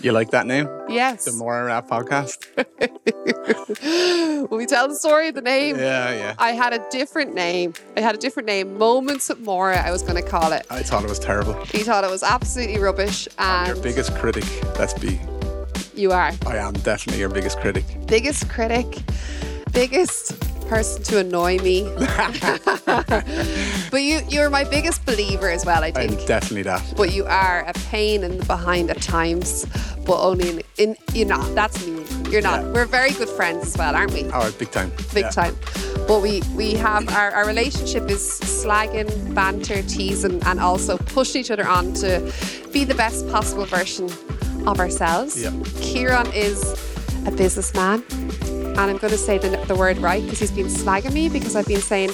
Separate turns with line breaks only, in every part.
You like that name?
Yes.
The More Rap Podcast?
Will we tell the story of the name?
Yeah, yeah.
I had a different name. I had a different name. Moments at Mora, I was going to call it.
I thought it was terrible.
He thought it was absolutely rubbish.
Your
And
biggest critic, let's be.
you are.
I am definitely your biggest critic.
Biggest critic, biggest person to annoy me. but you, you're my biggest believer as well, I
I'm
think.
definitely that.
but you are a pain in the behind at times, but only in, in you're not. That's me. You're not. We're very good friends as well, aren't we?
All right, big time.
big
Yeah.
time. But we we have our, our relationship is slagging, banter, teasing, and also pushing each other on to be the best possible version of ourselves.
Yeah.
Kieran is a businessman, and I'm going to say the, the word right because he's been slagging me because I've been saying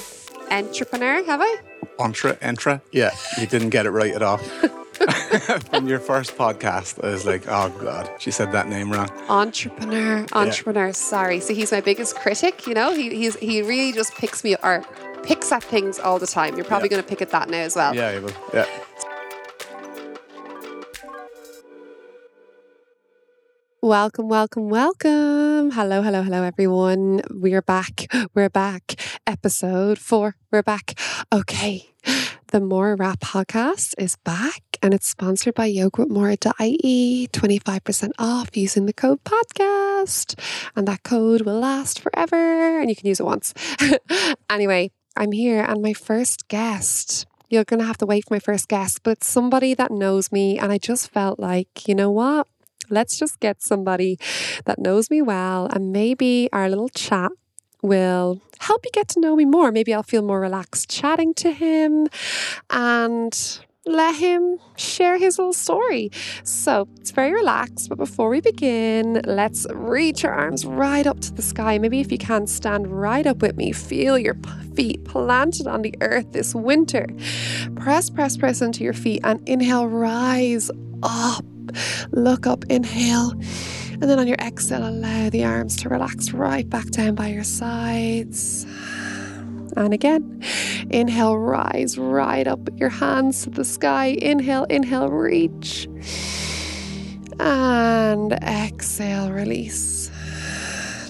entrepreneur, have I?
Entra, entra. Yeah, you didn't get it right at all. From your first podcast, I was like, oh God, she said that name wrong.
entrepreneur entrepreneur sorry so he's my biggest critic you know he, he's he really just picks me or picks at things all the time you're probably
Yeah.
going to pick at that now as well
Yeah, Abel. Yeah.
welcome welcome welcome hello hello hello everyone we're back we're back episode four we're back okay the more rap podcast is back and it's sponsored by yogurtmora.ie 25% off using the code podcast and that code will last forever and you can use it once anyway i'm here and my first guest you're going to have to wait for my first guest but it's somebody that knows me and i just felt like you know what let's just get somebody that knows me well and maybe our little chat will help you get to know me more maybe i'll feel more relaxed chatting to him and let him share his little story. So it's very relaxed, but before we begin, let's reach our arms right up to the sky. Maybe if you can, stand right up with me. Feel your p- feet planted on the earth this winter. Press, press, press into your feet and inhale, rise up. Look up, inhale. And then on your exhale, allow the arms to relax right back down by your sides. And again, inhale, rise right up with your hands to the sky. Inhale, inhale, reach. And exhale, release.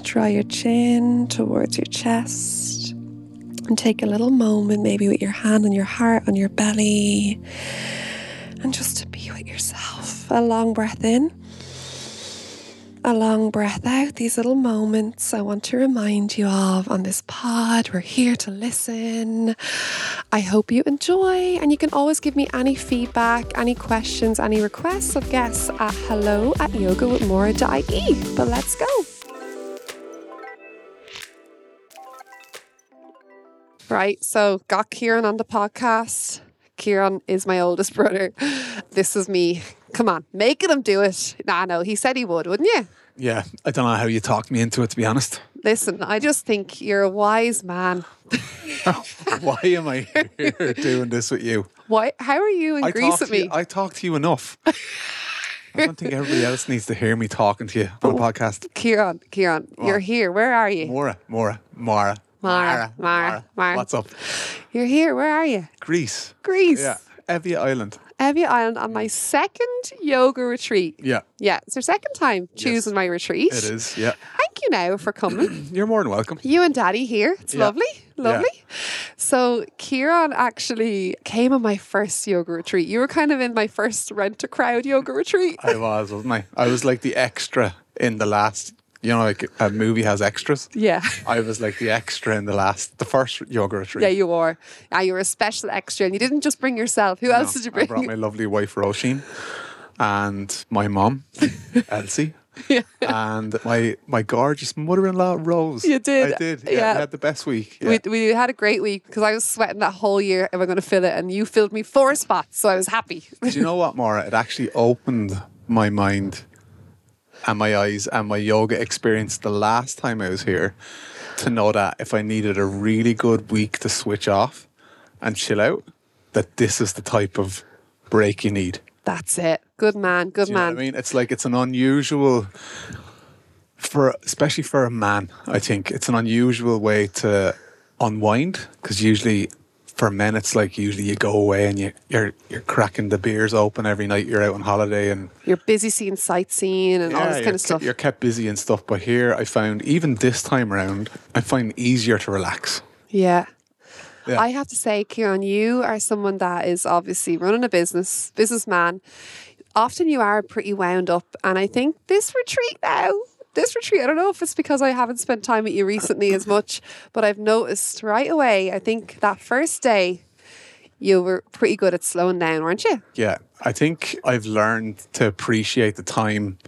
Draw your chin towards your chest. And take a little moment, maybe with your hand on your heart, on your belly. And just to be with yourself. A long breath in a long breath out, these little moments I want to remind you of on this pod. We're here to listen. I hope you enjoy, and you can always give me any feedback, any questions, any requests of guests at hello at yogawithmora.ie. But let's go. Right, so got Kieran on the podcast. Kieran is my oldest brother. This is me. Come on, making him do it. Nah, no, he said he would, wouldn't you?
Yeah, I don't know how you talked me into it, to be honest.
Listen, I just think you're a wise man.
Why am I here doing this with you?
Why? How are you in
I
Greece
talk
with
to you-
me?
I talk to you enough. I don't think everybody else needs to hear me talking to you
Oh.
on a podcast.
Kieran, Kieran, you're here. Where are you?
Mora, Mora, Mara,
Mara, Mara, Mara.
What's up?
You're here. Where are you?
Greece.
Greece,
Yeah. Evia Island.
Evia Island, on my second yoga retreat.
Yeah.
Yeah, it's your second time choosing my retreat.
It is. Yeah.
Thank you now for coming.
You're more than welcome.
you and daddy here. It's
Yeah.
lovely, lovely. So Kieran actually came on my first yoga retreat. You were kind of in my first rent a crowd yoga retreat.
I was, wasn't I? I was like the extra in the last, you know, like a movie has extras.
yeah.
I was like the extra in the last, the first yoga retreat.
Yeah, you are. Yeah, you were a special extra, and you didn't just bring yourself. Who else did you
I
bring?
brought my lovely wife Roisin and my mom, Elsie. And my my gorgeous mother in law Rose.
You did,
I did. Yeah,
yeah.
We had the best week. Yeah.
we, we had a great week because I was sweating that whole year. Am I going to fill it? And you filled me four spots, so I was happy.
Do you know what, Maura? It actually opened my mind and my eyes and my yoga experience the last time I was here to know that if I needed a really good week to switch off and chill out, that this is the type of break you need.
That's it. Good man. Good
Do you know
man.
what I mean? It's like it's an unusual for especially for a man, I think. It's an unusual way to unwind because usually for men, it's like usually you go away and you, you're you're cracking the beers open every night. You're out on holiday and
You're busy seeing sightseeing and all
Yeah,
this kind
you're
of stuff.
ke- You're kept busy and stuff. But here, I found even this time around, I find easier to relax.
Yeah.
Yeah.
I have to say, Kieran, you are someone that is obviously running a business, businessman. Often you are pretty wound up. And I think this retreat now, this retreat, I don't know if it's because I haven't spent time with you recently as much, but I've noticed right away, I think that first day, you were pretty good at slowing down, weren't you?
Yeah, I think I've learned to appreciate the time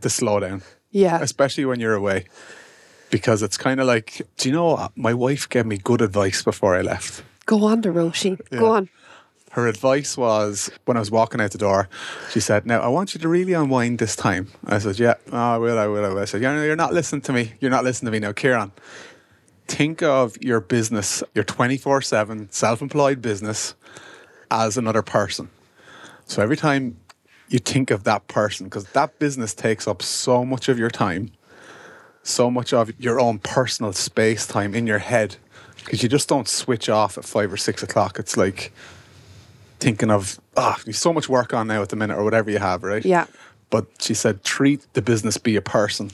to slow down,
Yeah.
especially when you're away, because it's kind of like, do you know, my wife gave me good advice before I left.
Go on, Roshi. Go
Yeah.
on.
Her advice was when I was walking out the door, she said, Now I want you to really unwind this time. I said, Yeah, oh, I will, I will, I will. I said, Yeah, no, you're not listening to me. You're not listening to me now, Kieran. Think of your business, your 24 7 self employed business, as another person. So every time you think of that person, because that business takes up so much of your time, so much of your own personal space time in your head, because you just don't switch off at five or six o'clock. It's like, thinking of ah, you've so much work on now at the minute or whatever you have, right?
Yeah.
But she said, treat the business be a person,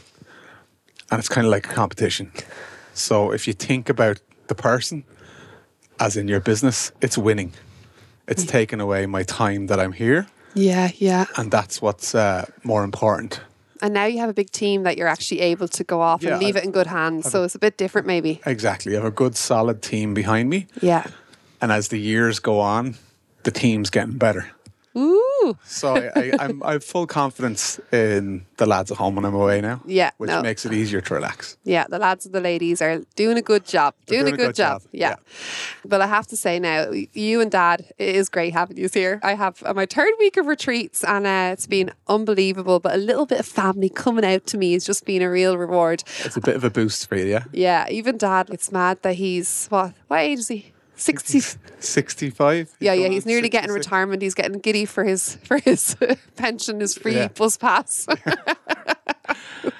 and it's kind of like a competition. So if you think about the person, as in your business, it's winning. It's taking away my time that I'm here,
Yeah, yeah.
and that's what's uh, more important.
And now you have a big team that you're actually able to go off
Yeah,
and leave
I've-
it in good hands. so it's a bit different, maybe.
Exactly. I have a good, solid team behind me,
Yeah.
and as the years go on, the team's getting better.
Ooh.
So I, I, I'm I have full confidence in the lads at home when I'm away now.
Yeah,
which
no.
makes it easier to relax.
Yeah, the lads and the ladies are doing a good job. Doing, a good, job. Yeah. But I have to say now, you and Dad, it is great having you here. I have uh, my third week of retreats and uh, it's been unbelievable. But a little bit of family coming out to me has just been a real reward.
It's a bit of a boost for you, yeah.
Yeah, even Dad, it's mad that he's what? What age is he? 60.
65.
Yeah,
Going
yeah,
on
he's nearly getting
66.
retirement. He's getting giddy for his for his pension, his free
Yeah.
bus pass.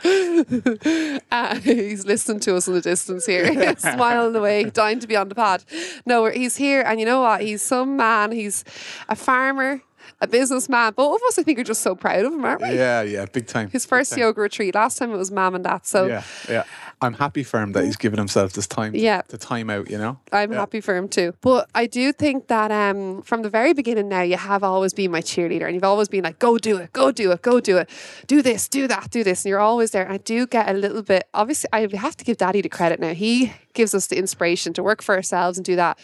Uh, he's listening to us in the distance here, smiling away, dying to be on the pod. No, we're- he's here, and you know what? He's some man. He's a farmer, a businessman. Both of us, I think, are just so proud of him, aren't we?
Yeah, yeah, big time.
His first yoga retreat. Last time it was mom and dad. So
Yeah, yeah. I'm happy for him that he's given himself this time.
Yeah.
The time out, you know.
I'm
Yeah.
happy for him too. But I do think that um, from the very beginning now, you have always been my cheerleader and you've always been like, go do it, go do it, go do it, do this, do that, do this. And you're always there. And I do get a little bit, obviously, I have to give daddy the credit now. He gives us the inspiration to work for ourselves and do that.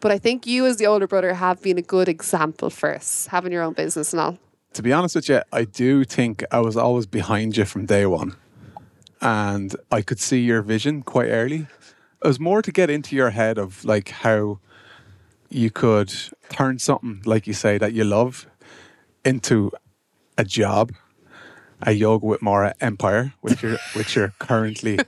But I think you, as the older brother, have been a good example for us, having your own business and all.
To be honest with you, I do think I was always behind you from day one, and I could see your vision quite early. It was more to get into your head of like how you could turn something, like you say, that you love into a job, a yoga with Mara empire, which you're which you're currently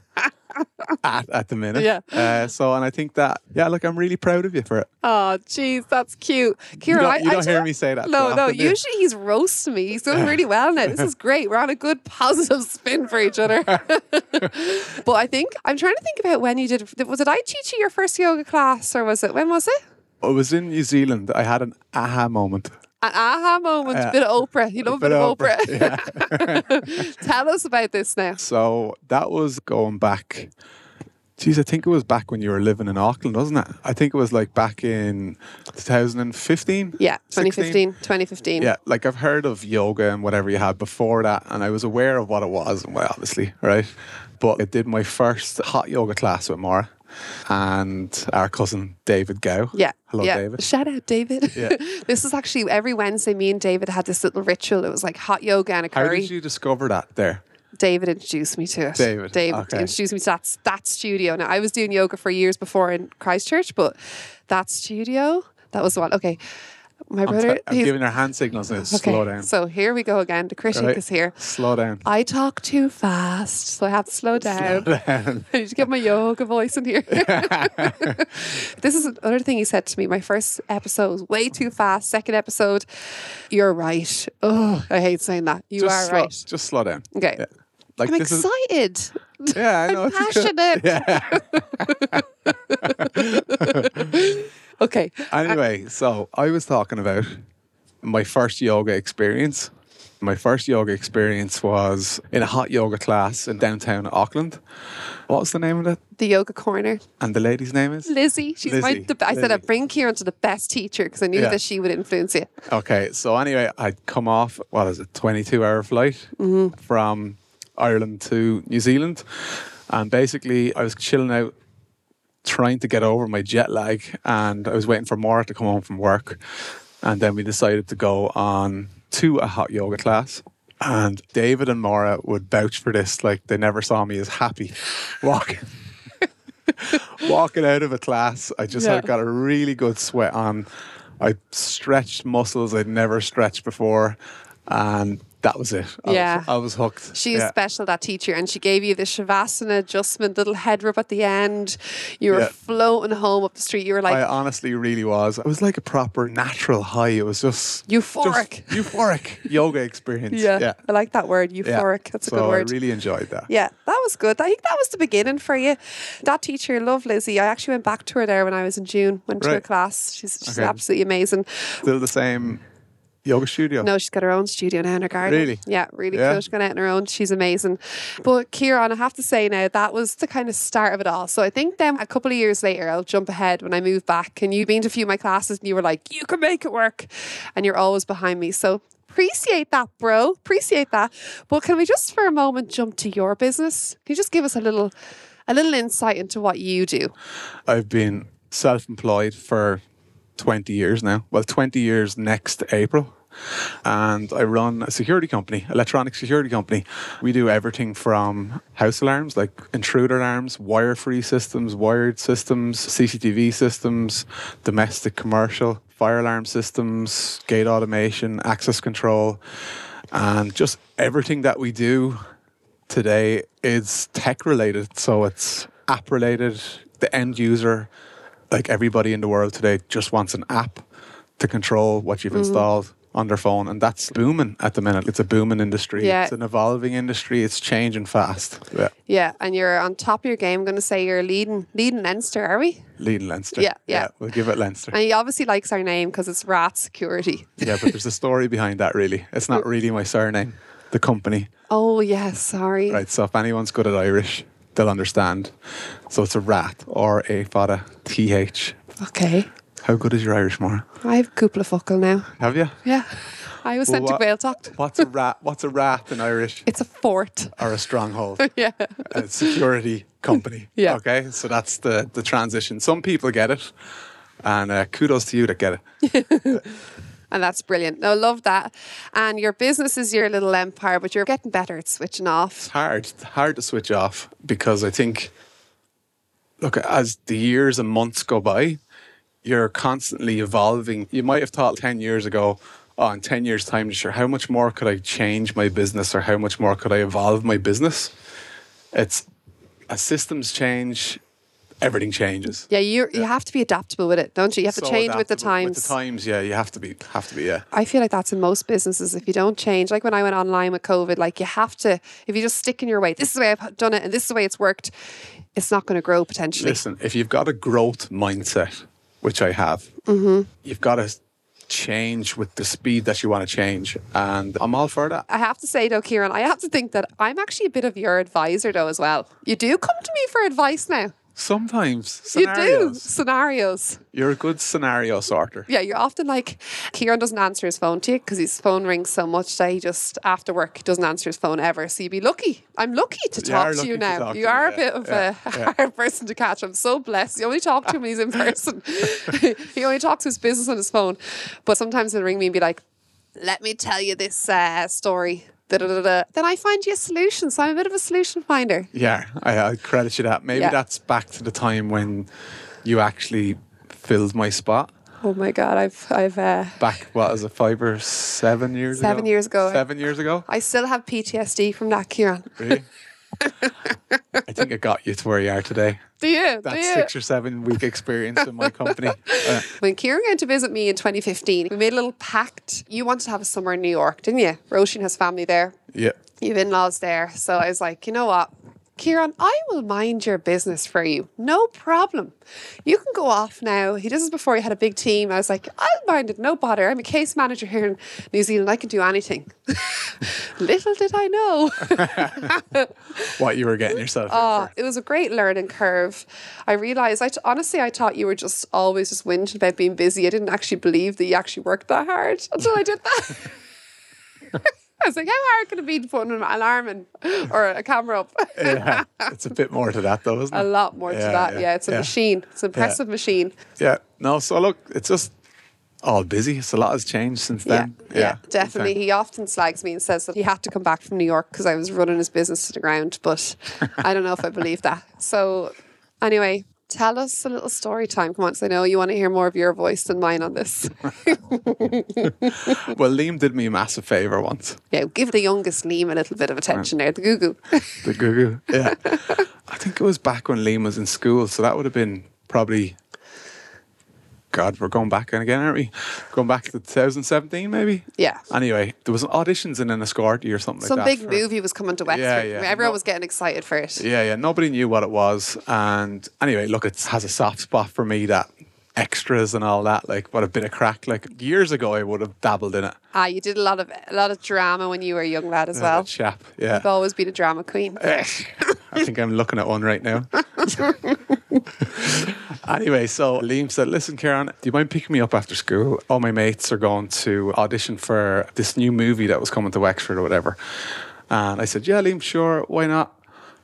at at the minute.
Yeah.
Uh, so, and I think that yeah, look, I'm really proud of you for it.
Oh, jeez, that's cute. Kieran,
don't-
I,
you
I
don't
do-
hear me say that too
No, no.
often, do you?
Usually he's roasting me. He's doing really well now. This is great. We're on a good positive spin for each other. but I think I'm trying to think about when you did. Was it I teach you your first yoga class, or was it when was it?
I was in New Zealand. I had an aha moment. uh,
An aha moment, a
Yeah.
bit of Oprah. You know, a bit, of Oprah. Tell us about this now.
So that was going back. Geez, I think it was back when you were living in Auckland, wasn't it? I think it was like back in 2015.
Yeah,
16.
2015, 2015.
Yeah, like I've heard of yoga and whatever you had before that, and I was aware of what it was, well, obviously, right? But I did my first hot yoga class with Mara and our cousin David Gow.
Yeah.
Hello,
yeah.
David.
Shout out, David.
Yeah.
this is actually every Wednesday. Me and David had this little ritual. It was like hot yoga and a
How
curry.
did you discover that there?
David introduced me to it.
David,
David
okay.
introduced me to that, that studio. Now, I was doing yoga for years before in Christchurch, but that studio, that was the one. Okay. My
I'm,
brother.
t- I'm
he's-
giving her hand signals now.
okay.
Slow down.
So here we go again. The critic
Right.
is here.
Slow down.
I talk too fast, so I have to slow down. I need to get my yoga voice in here. this is another thing he said to me. My first episode was way too fast. Second episode, you're right. Oh, I hate saying that. You
just
are
slow,
right.
Just slow down.
Okay.
Yeah. Like
I'm
this
excited.
is yeah, I know.
I'm
it's a good-
passionate.
Yeah.
Okay.
Anyway, so I was talking about my first yoga experience. My first yoga experience was in a hot yoga class in downtown Auckland. What was the name of it?
The yoga corner.
And the lady's name is?
Lizzie. She's my.
Lizzie,
The, I said
Lizzie.
I'd bring Kieran to the best teacher because I knew
Yeah.
that she would influence you.
Okay, so anyway, I'd come off, what is it, 22 hour flight
Mm-hmm.
from Ireland to New Zealand. And basically, I was chilling out, trying to get over my jet lag. And I was waiting for Maura to come home from work. And then we decided to go on to a hot yoga class. And David and Maura would vouch for this. Like, they never saw me as happy walking walking out of a class, I just
Yeah.
had got a really good sweat on. I stretched muscles I'd never stretched before, and that was it. I
Yeah.
was, I was hooked.
She was
Yeah.
special, that teacher, and she gave you the Shavasana adjustment, little head rub at the end. You were
Yeah.
floating home up the street. You were like,
I honestly really was. It was like a proper natural high. It was just just
Euphoric.
euphoric yoga experience.
yeah,
yeah,
I like that word,
yeah.
euphoric. That's a
so
good word.
I really enjoyed that.
Yeah, that was good. I think that was the beginning for you. That teacher, love Lizzie. I actually went back to her there when I was in June, went to her
Right.
class. She's, she's
Okay.
absolutely amazing.
Still the same yoga studio.
No, she's got her own studio now in her garden.
Really?
Yeah, really
Yeah.
cool. She's gone out on her own. She's amazing. But Kieran, I have to say now, that was the kind of start of it all. So I think then a couple of years later, I'll jump ahead when I move back and you've been to a few of my classes and you were like, you can make it work. And you're always behind me. So appreciate that, bro. Appreciate that. But can we just for a moment jump to your business? Can you just give us a little a little insight into what you do?
I've been self-employed for 20 years now. Well, 20 years next April. And I run a security company, electronic security company. We do everything from house alarms, like intruder alarms, wire-free systems, wired systems, CCTV systems, domestic commercial, fire alarm systems, gate automation, access control, and just everything that we do today is tech related. So it's app related. The end user, like everybody in the world today, just wants an app to control what
Mm.
you've installed on their phone. And that's booming at the minute. It's a booming industry.
Yeah.
It's an evolving industry. It's changing fast. Yeah.
Yeah, and you're on top of your game. I'm going to say you're leading leading Leinster, are we?
Leading Leinster.
Yeah, yeah.
We'll give it Leinster.
And he obviously likes our name because it's Rat Security.
yeah, but there's a story behind that, really. It's not really my surname, the company.
Oh yeah, sorry.
Right, so if anyone's good at Irish, they'll understand. So it's a rat, or a fada, T H.
Okay.
How good is your Irish, Mara?
I have couple of fuckle now.
Have you?
Yeah. I was sent
Well,
to
what-
Gaeltacht.
What's a rat? What's a rat in Irish?
It's a fort.
Or a stronghold,
Yeah.
a security company.
Yeah.
Okay, so that's the the transition. Some people get it, and uh, kudos to you that get it.
And that's brilliant. No, love that. And your business is your little empire, but you're getting better at switching off.
It's hard, It's hard to switch off because I think, look, as the years and months go by, you're constantly evolving. You might have thought 10 years ago, oh, in 10 years' time, sure, how much more could I change my business or how much more could I evolve my business? It's as systems change, everything changes.
Yeah, you you have to be adaptable with it, don't you? You have to
So
change with the
adaptable-
times.
With the times, yeah, you have to be, have to be, yeah.
I feel like that's in most businesses. If you don't change, like when I went online with COVID, like you have to, if you just stick in your way, this is the way I've done it and this is the way it's worked, it's not going to grow potentially.
Listen, if you've got a growth mindset, which I have,
Mm-hmm.
you've got to change with the speed that you want to change. And I'm all for that.
I have to say though, Kieran, I have to think that I'm actually a bit of your advisor though as well. You do come to me for advice now.
Sometimes
You do
scenarios,
scenarios.
you are a good scenario sorter.
Yeah, you're often like Kieran doesn't answer his phone to you because his phone rings so much that he just after work he doesn't answer his phone ever. So you'd be lucky. I'm lucky to
You
talk
are
to you
lucky to
now.
talk
you
to me,
are a
yeah,
bit of
yeah,
a hard person to catch. I'm so blessed. You only talk to him when he's in person. he only talks his business on his phone. But sometimes he'll ring me and be like, "Let me tell you this uh, story." Da, da, da, da. Then I find you a solution. So I'm a bit of a solution finder.
Yeah, I, I credit you that. Maybe
Yeah.
that's back to the time when you actually filled my spot.
Oh my god, I've I've uh,
Back, what is it, five or seven years ago?
Seven years ago.
Seven years ago?
I still have PTSD from that, Kieran.
Really? I think it got you to where you are today.
Do you?
That
do you?
six or seven week experience in my company. Uh,
When Kieran came to visit me in 2015, we made a little pact. You wanted to have a summer in New York, didn't you? Roisin has family there.
yeah.
You've in laws there. So I was like, you know what? Kieran, I will mind your business for you. No problem. You can go off now. He does this before he had a big team. I was like, I'll mind it, no bother. I'm a case manager here in New Zealand. I can do anything. Little did I know.
What you were getting yourself
Oh,
in for.
it was a great learning curve. I realized, I t- honestly, I thought you were just always just whinging about being busy. I didn't actually believe that you actually worked that hard until I did that. I was like, how hard could it be to put an alarm in or a camera up?
Yeah. It's a bit more to that though, isn't it?
a lot more to
Yeah,
that.
yeah,
Yeah, it's a
yeah.
machine. It's an impressive machine.
Yeah. No, so look, it's just all busy. It's a lot has changed since then.
yeah, definitely. He often slags me and says that he had to come back from New York because I was running his business to the ground. But I don't know if I believe that. So, anyway, tell us a little story time. Come on, 'cause I know you want to hear more of your voice than mine on this.
Okay. Well, Liam did me a massive favor once.
yeah, give the youngest Liam a little bit of attention there, the goo goo.
The Google. Yeah. I think it was back when Liam was in school. So that would have been probably, God, we're going back in again, aren't we? Going back to 2017, maybe?
Yeah.
Anyway, there was auditions in an Escorti or something
Some
like that.
big
for-
movie was coming to Wexford.
Yeah, yeah.
Everyone
No-
was getting excited for it.
Yeah, yeah. Nobody knew what it was. And anyway, look, it has a soft spot for me that extras and all that. Like, what a bit of crack. Like, years ago, I would have dabbled in it.
Ah, you did a lot of a lot of drama when you were a young lad as
Well,
well.
chap. Yeah.
You've always been a drama queen.
I think I'm looking at one right now. anyway, so Liam said, Listen, Karen, do you mind picking me up after school? All my mates are going to audition for this new movie that was coming to Wexford or whatever. And I said, Yeah, Liam, sure. Why not?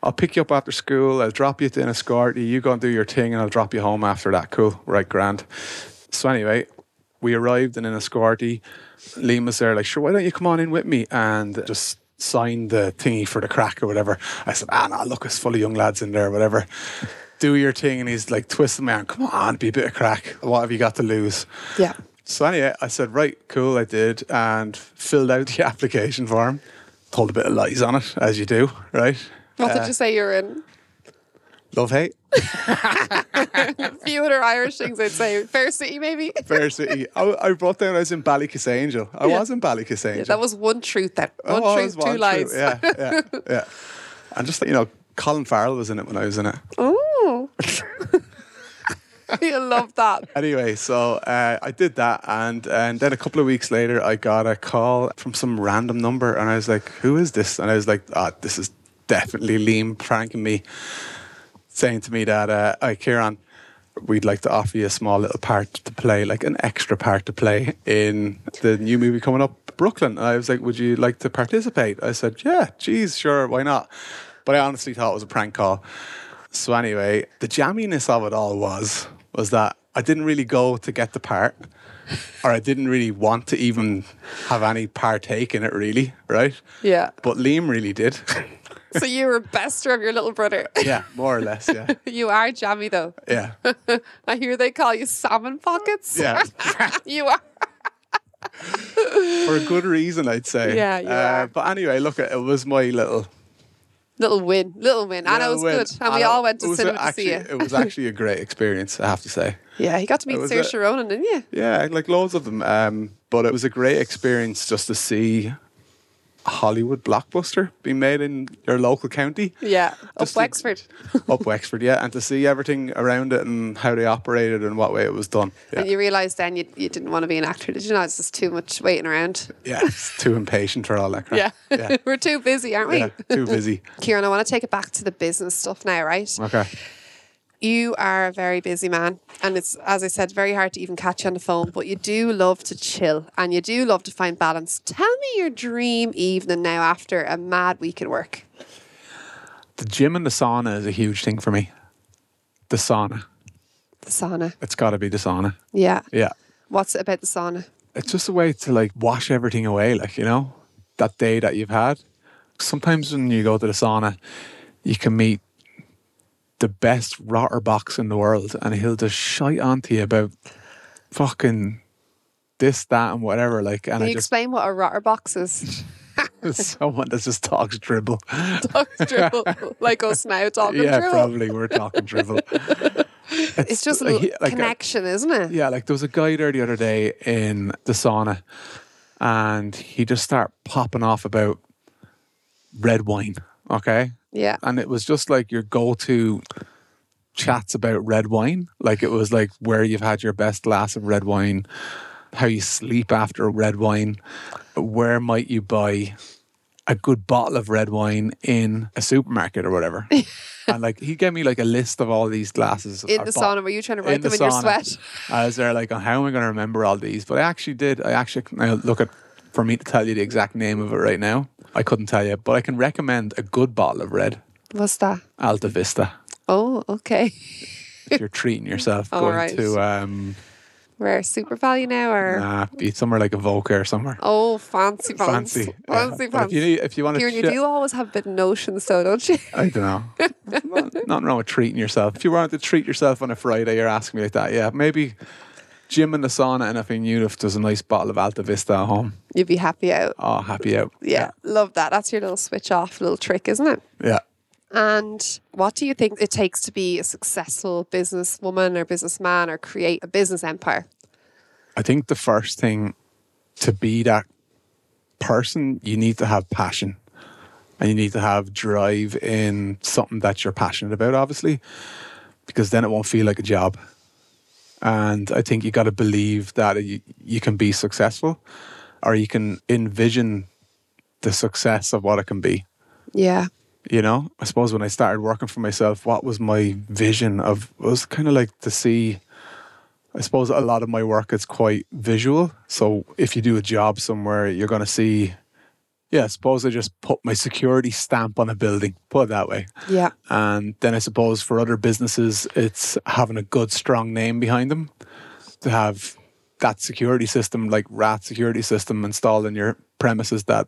I'll pick you up after school. I'll drop you to an escort. You go and do your thing, and I'll drop you home after that. Cool. Right, grand. So, anyway, we arrived in an escorty. Liam was there, like, sure, why don't you come on in with me and just sign the thingy for the crack or whatever. I said, ah, no, look, it's full of young lads in there, whatever. Do your thing. And he's like, twisting me on, come on, be a bit of crack. What have you got to lose?
Yeah.
So anyway, I said, right, cool, I did, and filled out the application form. Told a bit of lies on it, as you do, right?
What
Uh,
did you say you were in?
Love hate.
few other Irish things I'd say. Fair City, maybe.
Fair City. I, I brought down I was in Ballycasangel. I was in Ballycasangel.
That was one truth then. One
Oh,
truth,
it was one
two lies.
Yeah, yeah, yeah. And just, you know, Colin Farrell was in it when I was in it.
Oh. you love that.
Anyway, so uh, I did that. And, and then a couple of weeks later, I got a call from some random number. And I was like, who is this? And I was like, ah, this is definitely Liam pranking me, saying to me that, uh, hey, Kieran, we'd like to offer you a small little part to play, like an extra part to play in the new movie coming up, Brooklyn. And I was like, would you like to participate? I said, yeah, geez, sure, why not? But I honestly thought it was a prank call. So anyway, the jamminess of it all was was that I didn't really go to get the part, or I didn't really want to even have any partake in it, really, right?
Yeah.
But Liam really did.
So you were bester of your little brother.
yeah, more or less. Yeah,
You are jammy though.
yeah,
I hear they call you salmon pockets.
yeah.
you are.
For a good reason, I'd say. Uh,
Yeah, you are.
But anyway, look, it was my little.
Little win. Little win. and it was
win.
good. And we
it-
all went
it
to
was
cinema
actually,
to see you.
It was actually a great experience, I have to say.
Yeah, you got to meet
was
Saoirse
it.
Ronan, didn't you?
Yeah, like loads of them. Um, but it was a great experience just to see a Hollywood blockbuster being made in your local county.
Yeah. Up
Just to-
Wexford.
Up Wexford, yeah, and to see everything around it and how they operated and what way it was done. Yeah,
And you realised then you, you didn't want to be an actor, did you know? It's just too much waiting around.
yeah it's too impatient for all that crap.
yeah. We're too busy, aren't we?
yeah, too busy.
Kieran, I want to take it back to the business stuff now, right?
Okay.
You are a very busy man, and it's, as I said, very hard to even catch you on the phone, but you do love to chill and you do love to find balance. Tell me your dream evening now after a mad week at work.
The gym and the sauna is a huge thing for me. The sauna.
The sauna.
It's got to be the sauna.
Yeah.
Yeah.
What's it about the sauna?
it's just a way to like wash everything away, like, you know, that day that you've had. Sometimes when you go to the sauna, you can meet the best rotter box in the world and he'll just shite onto you about fucking this, that, and whatever. Like, and
Can
I
you
just,
explain what a rotter box is?
someone that just talks dribble.
Talks dribble, like us now talking
yeah,
dribble.
probably we're talking dribble.
It's just a
like,
little
he- like a-
connection, isn't it?
Yeah, like there was a guy there the other day in the sauna, and he just started popping off about red wine. Okay,
Yeah.
and it was just like your go-to chats about red wine like it was like where you've had your best glass of red wine how you sleep after red wine where might you buy a good bottle of red wine in a supermarket or whatever and like he gave me like a list of all these glasses
In
or
the
bot-
sauna, were you trying to write
the
them in your
sauna.
sweat?
I was there like, oh, how am I going to remember all these? But I actually did. I actually can I look at for me to tell you the exact name of it right now. I couldn't tell you, but I can recommend a good bottle of red
What's that?
Alta Vista
Oh, okay.
if you're treating yourself.
All
going
right.
to um,
We're super value now, or
nah, be somewhere like a Volker somewhere.
oh, fancy pants,
Fancy, yeah.
fancy
But
pants.
If you need, if you want
Kieran,
to,
you do always have bit of notions, though, don't you?
I don't know. Not- Nothing wrong with treating yourself. If you wanted to treat yourself on a Friday, you're asking me like that. Yeah, maybe Jim in the sauna, and if in Unif there's a nice bottle of Alta Vista at home.
You'd be happy out.
Oh, happy out.
Yeah, love that. That's your little switch off, little trick, isn't it?
Yeah.
And what do you think it takes to be a successful businesswoman or businessman or create a business empire?
I think the first thing to be that person, you need to have passion and you need to have drive in something that you're passionate about, obviously, because then it won't feel like a job. And I think you got to believe that you, you can be successful or you can envision the success of what it can be.
Yeah.
You know, I suppose when I started working for myself, what was my vision of it was kind of like to see I suppose a lot of my work is quite visual. So if you do a job somewhere, you're going to see, yeah, I suppose I just put my security stamp on a building, put it that way.
Yeah.
And then I suppose for other businesses, it's having a good, strong name behind them to have that security system, like RAT security system installed in your premises that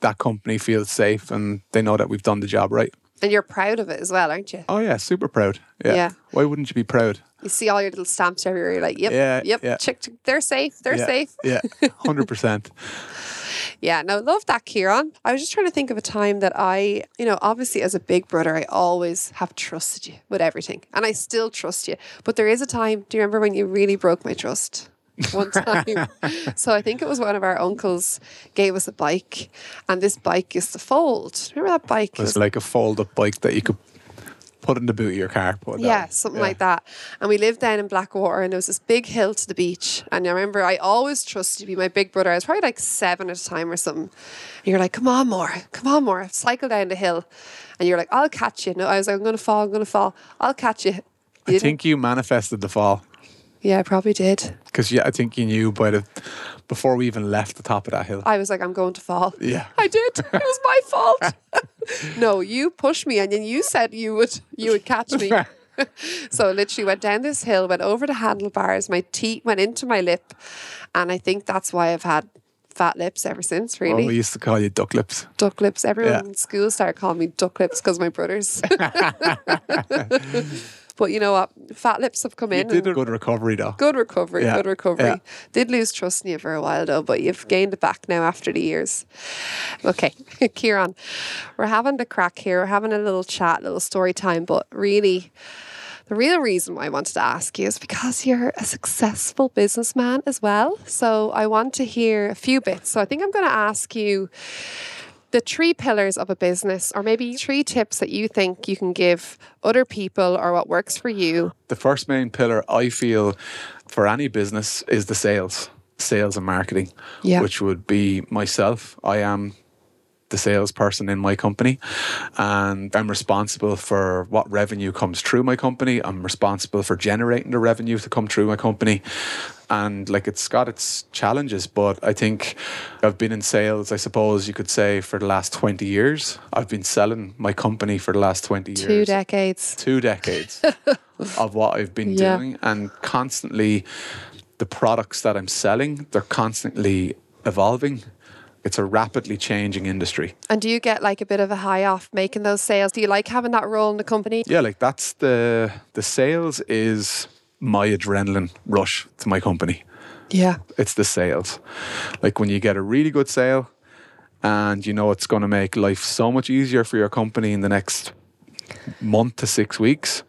that company feels safe and they know that we've done the job right.
And you're proud of it as well, aren't you?
Oh, yeah, super proud.
Yeah.
yeah. Why wouldn't you be proud?
You see all your little stamps everywhere. You're like, yep,
Yeah,
yep,
yeah.
check, check, they're safe, they're
yeah,
safe.
Yeah, 100%.
Yeah, no, love that, Kieran. I was just trying to think of a time that I, you know, obviously as a big brother, I always have trusted you with everything, and I still trust you. But there is a time. Do you remember when you really broke my trust? One time, so I think it was one of our uncles gave us a bike, and this bike used to fold. Remember that bike? It
It's like a fold up bike that you could put in the boot of your car. Put it that
Yeah,
way.
something
Yeah.
like that. And we lived down in Blackwater, and there was this big hill to the beach. And I remember I always trusted you, my big brother. I was probably like seven at a time or something. And you're like, "Come on, more, come on, more, cycle down the hill." And you're like, "I'll catch you." No, I was like, "I'm gonna fall, I'm gonna fall. I'll catch you."
I
Didn't-
think you manifested the fall
yeah, I probably did.
because yeah, I think you knew by the before we even left the top of that hill.
I was like, "I'm going to fall."
yeah,
I did. It was my fault. no, you pushed me, and then you said you would you would catch me. so I literally went down this hill, went over the handlebars. My teeth went into my lip, and I think that's why I've had fat lips ever since.
well,
Really,
we used to call you duck lips.
duck lips. Everyone
Yeah.
in school started calling me duck lips because my brothers. but you know what? Fat lips have come
You
in.
did
and
a good recovery though.
Good recovery,
Yeah,
good recovery.
yeah.
Did lose trust in you for a while though, but you've gained it back now after the years. Okay, Kieran, we're having the crack here. We're having a little chat, little story time, but really, the real reason why I wanted to ask you is because you're a successful businessman as well. So I want to hear a few bits. So I think I'm going to ask you the three pillars of a business, or maybe three tips that you think you can give other people or what works for you.
The first main pillar I feel for any business is the sales, sales and marketing,
Yeah.
which would be myself. I am the salesperson in my company, and I'm responsible for what revenue comes through my company. I'm responsible for generating the revenue to come through my company. And like it's got its challenges, but I think I've been in sales, I suppose you could say, for the last 20 years. I've been selling my company for the last 20 years
Two decades.
two decades of what I've been
Yeah.
doing and constantly the products that I'm selling, they're constantly evolving. It's a rapidly changing industry.
And do you get like a bit of a high off making those sales? Do you like having that role in the company?
Yeah, like that's the the sales is my adrenaline rush to my company.
Yeah.
It's the sales. Like when you get a really good sale and you know it's going to make life so much easier for your company in the next month to six weeks,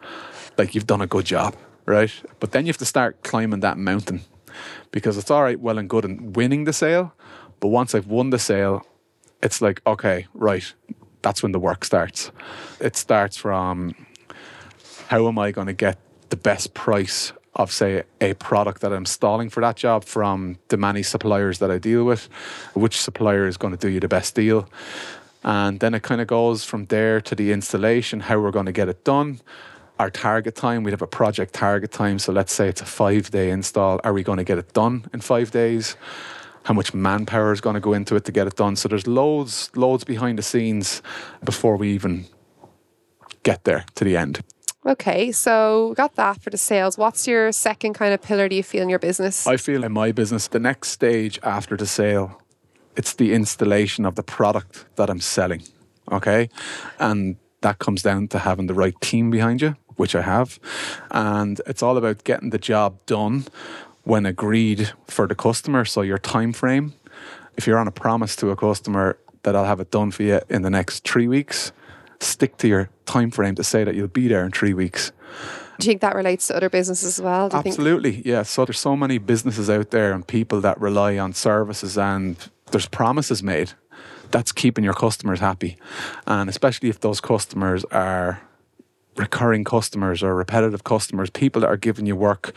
like you've done a good job, right? But then you have to start climbing that mountain because it's all right, well and good, and winning the sale. But once I've won the sale, it's like, okay, right, that's when the work starts. It starts from how am I going to get the best price of say a product that I'm installing for that job from the many suppliers that I deal with, which supplier is going to do you the best deal. And then it kind of goes from there to the installation, how we're going to get it done. Our target time, we'd have a project target time. So let's say it's a five day install. Are we going to get it done in five days? How much manpower is going to go into it to get it done? So there's loads, loads behind the scenes before we even get there to the end.
Okay, so got that for the sales. What's your second kind of pillar do you feel in your business?
I feel in my business, the next stage after the sale, it's the installation of the product that I'm selling. Okay. And that comes down to having the right team behind you, which I have. And it's all about getting the job done when agreed for the customer. So your time frame, if you're on a promise to a customer that I'll have it done for you in the next three weeks, stick to your time frame to say that you'll be there in three weeks.
Do you think that relates to other businesses as well? Do you think-
Absolutely, yeah. So there's so many businesses out there and people that rely on services, and there's promises made. That's keeping your customers happy, and especially if those customers are recurring customers or repetitive customers, people that are giving you work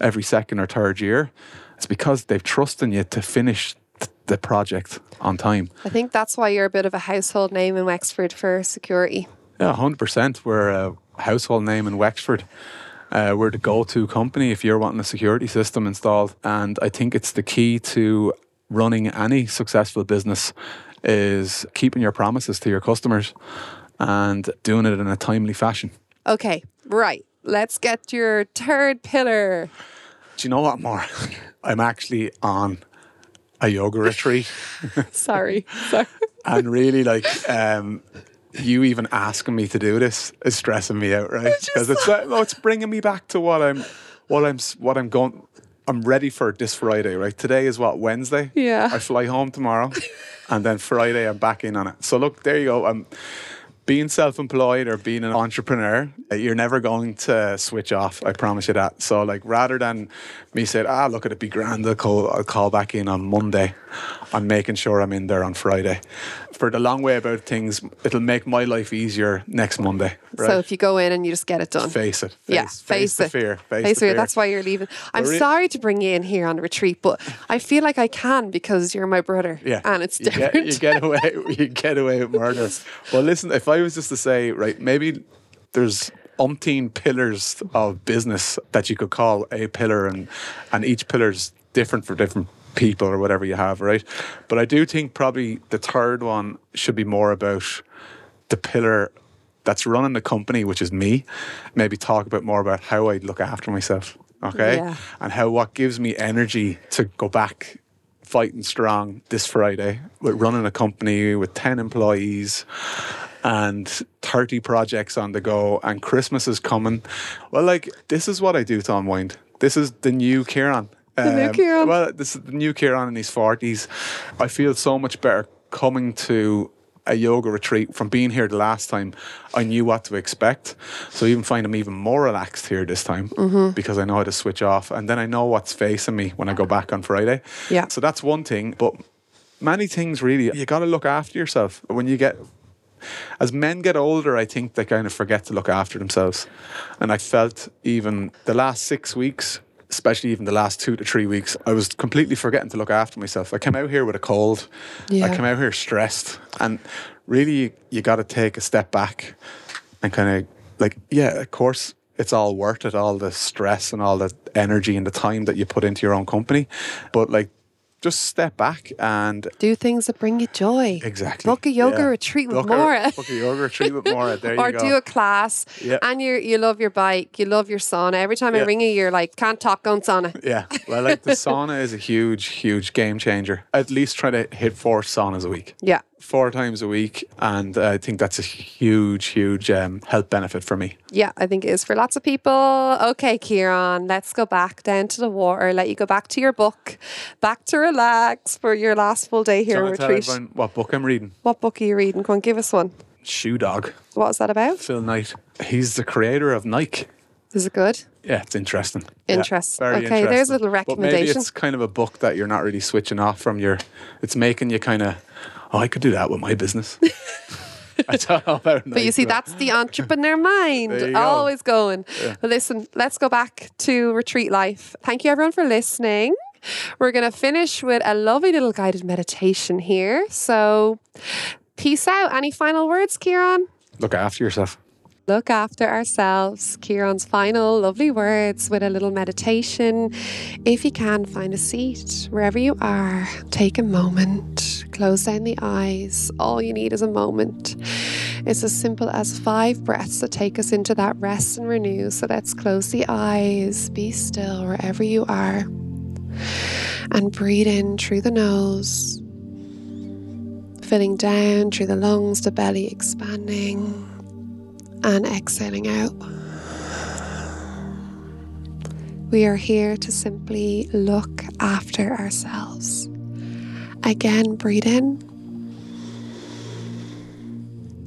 every second or third year. It's because they've trust in you to finish th- the project on time.
I think that's why you're a bit of a household name in Wexford for security.
Yeah, 100%. We're a household name in Wexford. Uh, we're the go to company if you're wanting a security system installed. And I think it's the key to running any successful business is keeping your promises to your customers and doing it in a timely fashion.
Okay, right. Let's get your third pillar.
Do you know what, more? I'm actually on a yoga retreat
Sorry. Sorry.
and really like um, you even asking me to do this is stressing me out, right? Because it's uh, no, it's bringing me back to what I'm, what I'm, s- what I'm going. I'm ready for this Friday, right? Today is what Wednesday.
Yeah.
I fly home tomorrow, and then Friday I'm back in on it. So look, there you go. Um, I'm being self-employed or being an entrepreneur. uh, You're never going to switch off. I promise you that. So like, rather than me saying, ah, look, it'd be grand. I'll call, I'll call back in on Monday. I'm making sure I'm in there on Friday. For the long way about things, it'll make my life easier next Monday. Right?
So if you go in and you just get it done.
face it. Face,
yeah,
face,
face,
the
it.
fear. Face, the
fear.
fear.
That's why you're leaving. I'm
We're in-
sorry to bring you in here on a retreat, but I feel like I can because you're my brother.
Yeah.
And it's
you
different.
Get, you get away you get away with murder. Well listen, if I was just to say, right, maybe there's umpteen pillars of business that you could call a pillar and and each pillar's different for different people or whatever you have, right? But I do think probably the third one should be more about the pillar that's running the company, which is me, maybe talk a bit more about how I look after myself. Okay.
Yeah.
And how what gives me energy to go back fighting strong this Friday with running a company with 10 employees and 30 projects on the go and Christmas is coming. Well, like this is what I do, Tom Wind. This is the new Kieran. The
new Kieran.
Well, this is the new Kieran in his 40s. I feel so much better coming to a yoga retreat from being here the last time I knew what to expect so I even find I'm even more relaxed here this time because I know how to switch off and then I know what's facing me when I go back on Friday
Yeah.
so that's one thing but many things really you got to look after yourself when you get as men get older, I think they kind of forget to look after themselves. And I felt even the last six weeks, especially even the last two to three weeks, I was completely forgetting to look after myself. I came out here with a cold. I
Yeah.
came out here stressed. And really, you, you got to take a step back and kind of like, yeah, of course, it's all worth it, all the stress and all the energy and the time that you put into your own company. But like, just step back and
Do things that bring you joy.
Exactly.
Book a yoga
Yeah.
retreat with
Book a-
Maura.
Book a yoga retreat with Mora. There
or
you go.
do a class,
Yeah.
and you you love your bike, you love your sauna. Every time I
Yeah.
ring you, you're like, "Can't talk, going sauna."
yeah. Well, like the sauna is a huge, huge game changer. At least try to hit four saunas a week.
Yeah,
Four times a week. And I think that's a huge, huge um, health benefit for me.
yeah, I think it is for lots of people. Okay, Kieran, let's go back down to the water. Let you go back to your book, back to relax for your last full day here
Do you
in
wanna tell
retreat.
everyone what book I'm reading?
What book are you reading? Come on, give us one.
Shoe Dog,
What is that about?
Phil Knight. He's the creator of Nike.
Is it good?
Yeah, it's interesting. Yeah,
Interesting.
very
Okay, there's
interesting.
a little
But maybe
recommendation.
it's kind of a book that you're not really switching off from your. It's making you kind of, oh, I could do that with my business. I don't know about
But you see,
nightclub.
that's the entrepreneur mind,
uh, you go.
always going.
Yeah.
But listen, let's go back to retreat life. Thank you, everyone, for listening. We're going to finish with a lovely little guided meditation here. So, peace out. Any final words, Kieran?
Look after yourself.
Look after ourselves. Kieran's final lovely words with a little meditation. If you can, find a seat wherever you are. Take a moment, close down the eyes. All you need is a moment. It's as simple as five breaths to take us into that rest and renew. So let's close the eyes, be still wherever you are, and breathe in through the nose, filling down through the lungs, the belly expanding and exhaling out. We are here to simply look after ourselves. Again, breathe in.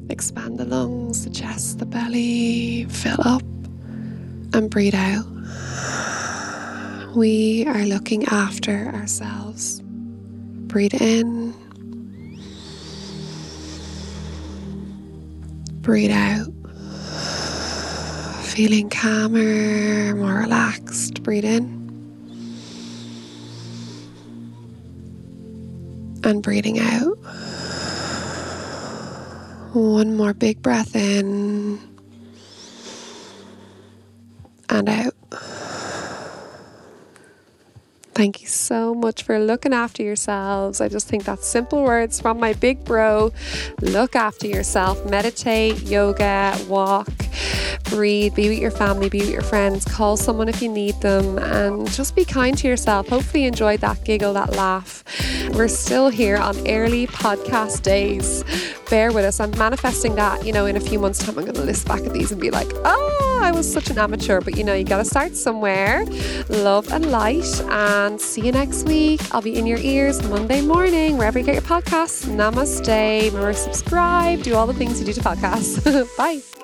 Expand the lungs, the chest, the belly, fill up, and breathe out. We are looking after ourselves. Breathe in, breathe out feeling calmer, more relaxed. Breathe in. And breathing out. One more big breath in. And out. Thank you so much for looking after yourselves. I just think that's simple words from my big bro. Look after yourself, meditate, yoga, walk, breathe, be with your family, be with your friends, call someone if you need them, and just be kind to yourself. Hopefully, you enjoyed that giggle, that laugh. We're still here on early podcast days. Bear with us. I'm manifesting that, you know, in a few months' time, I'm going to list back at these and be like, oh, I was such an amateur, but you know, you got to start somewhere. Love and light, and see you next week. I'll be in your ears Monday morning, wherever you get your podcasts. Namaste. Remember, subscribe, do all the things you do to podcasts. Bye.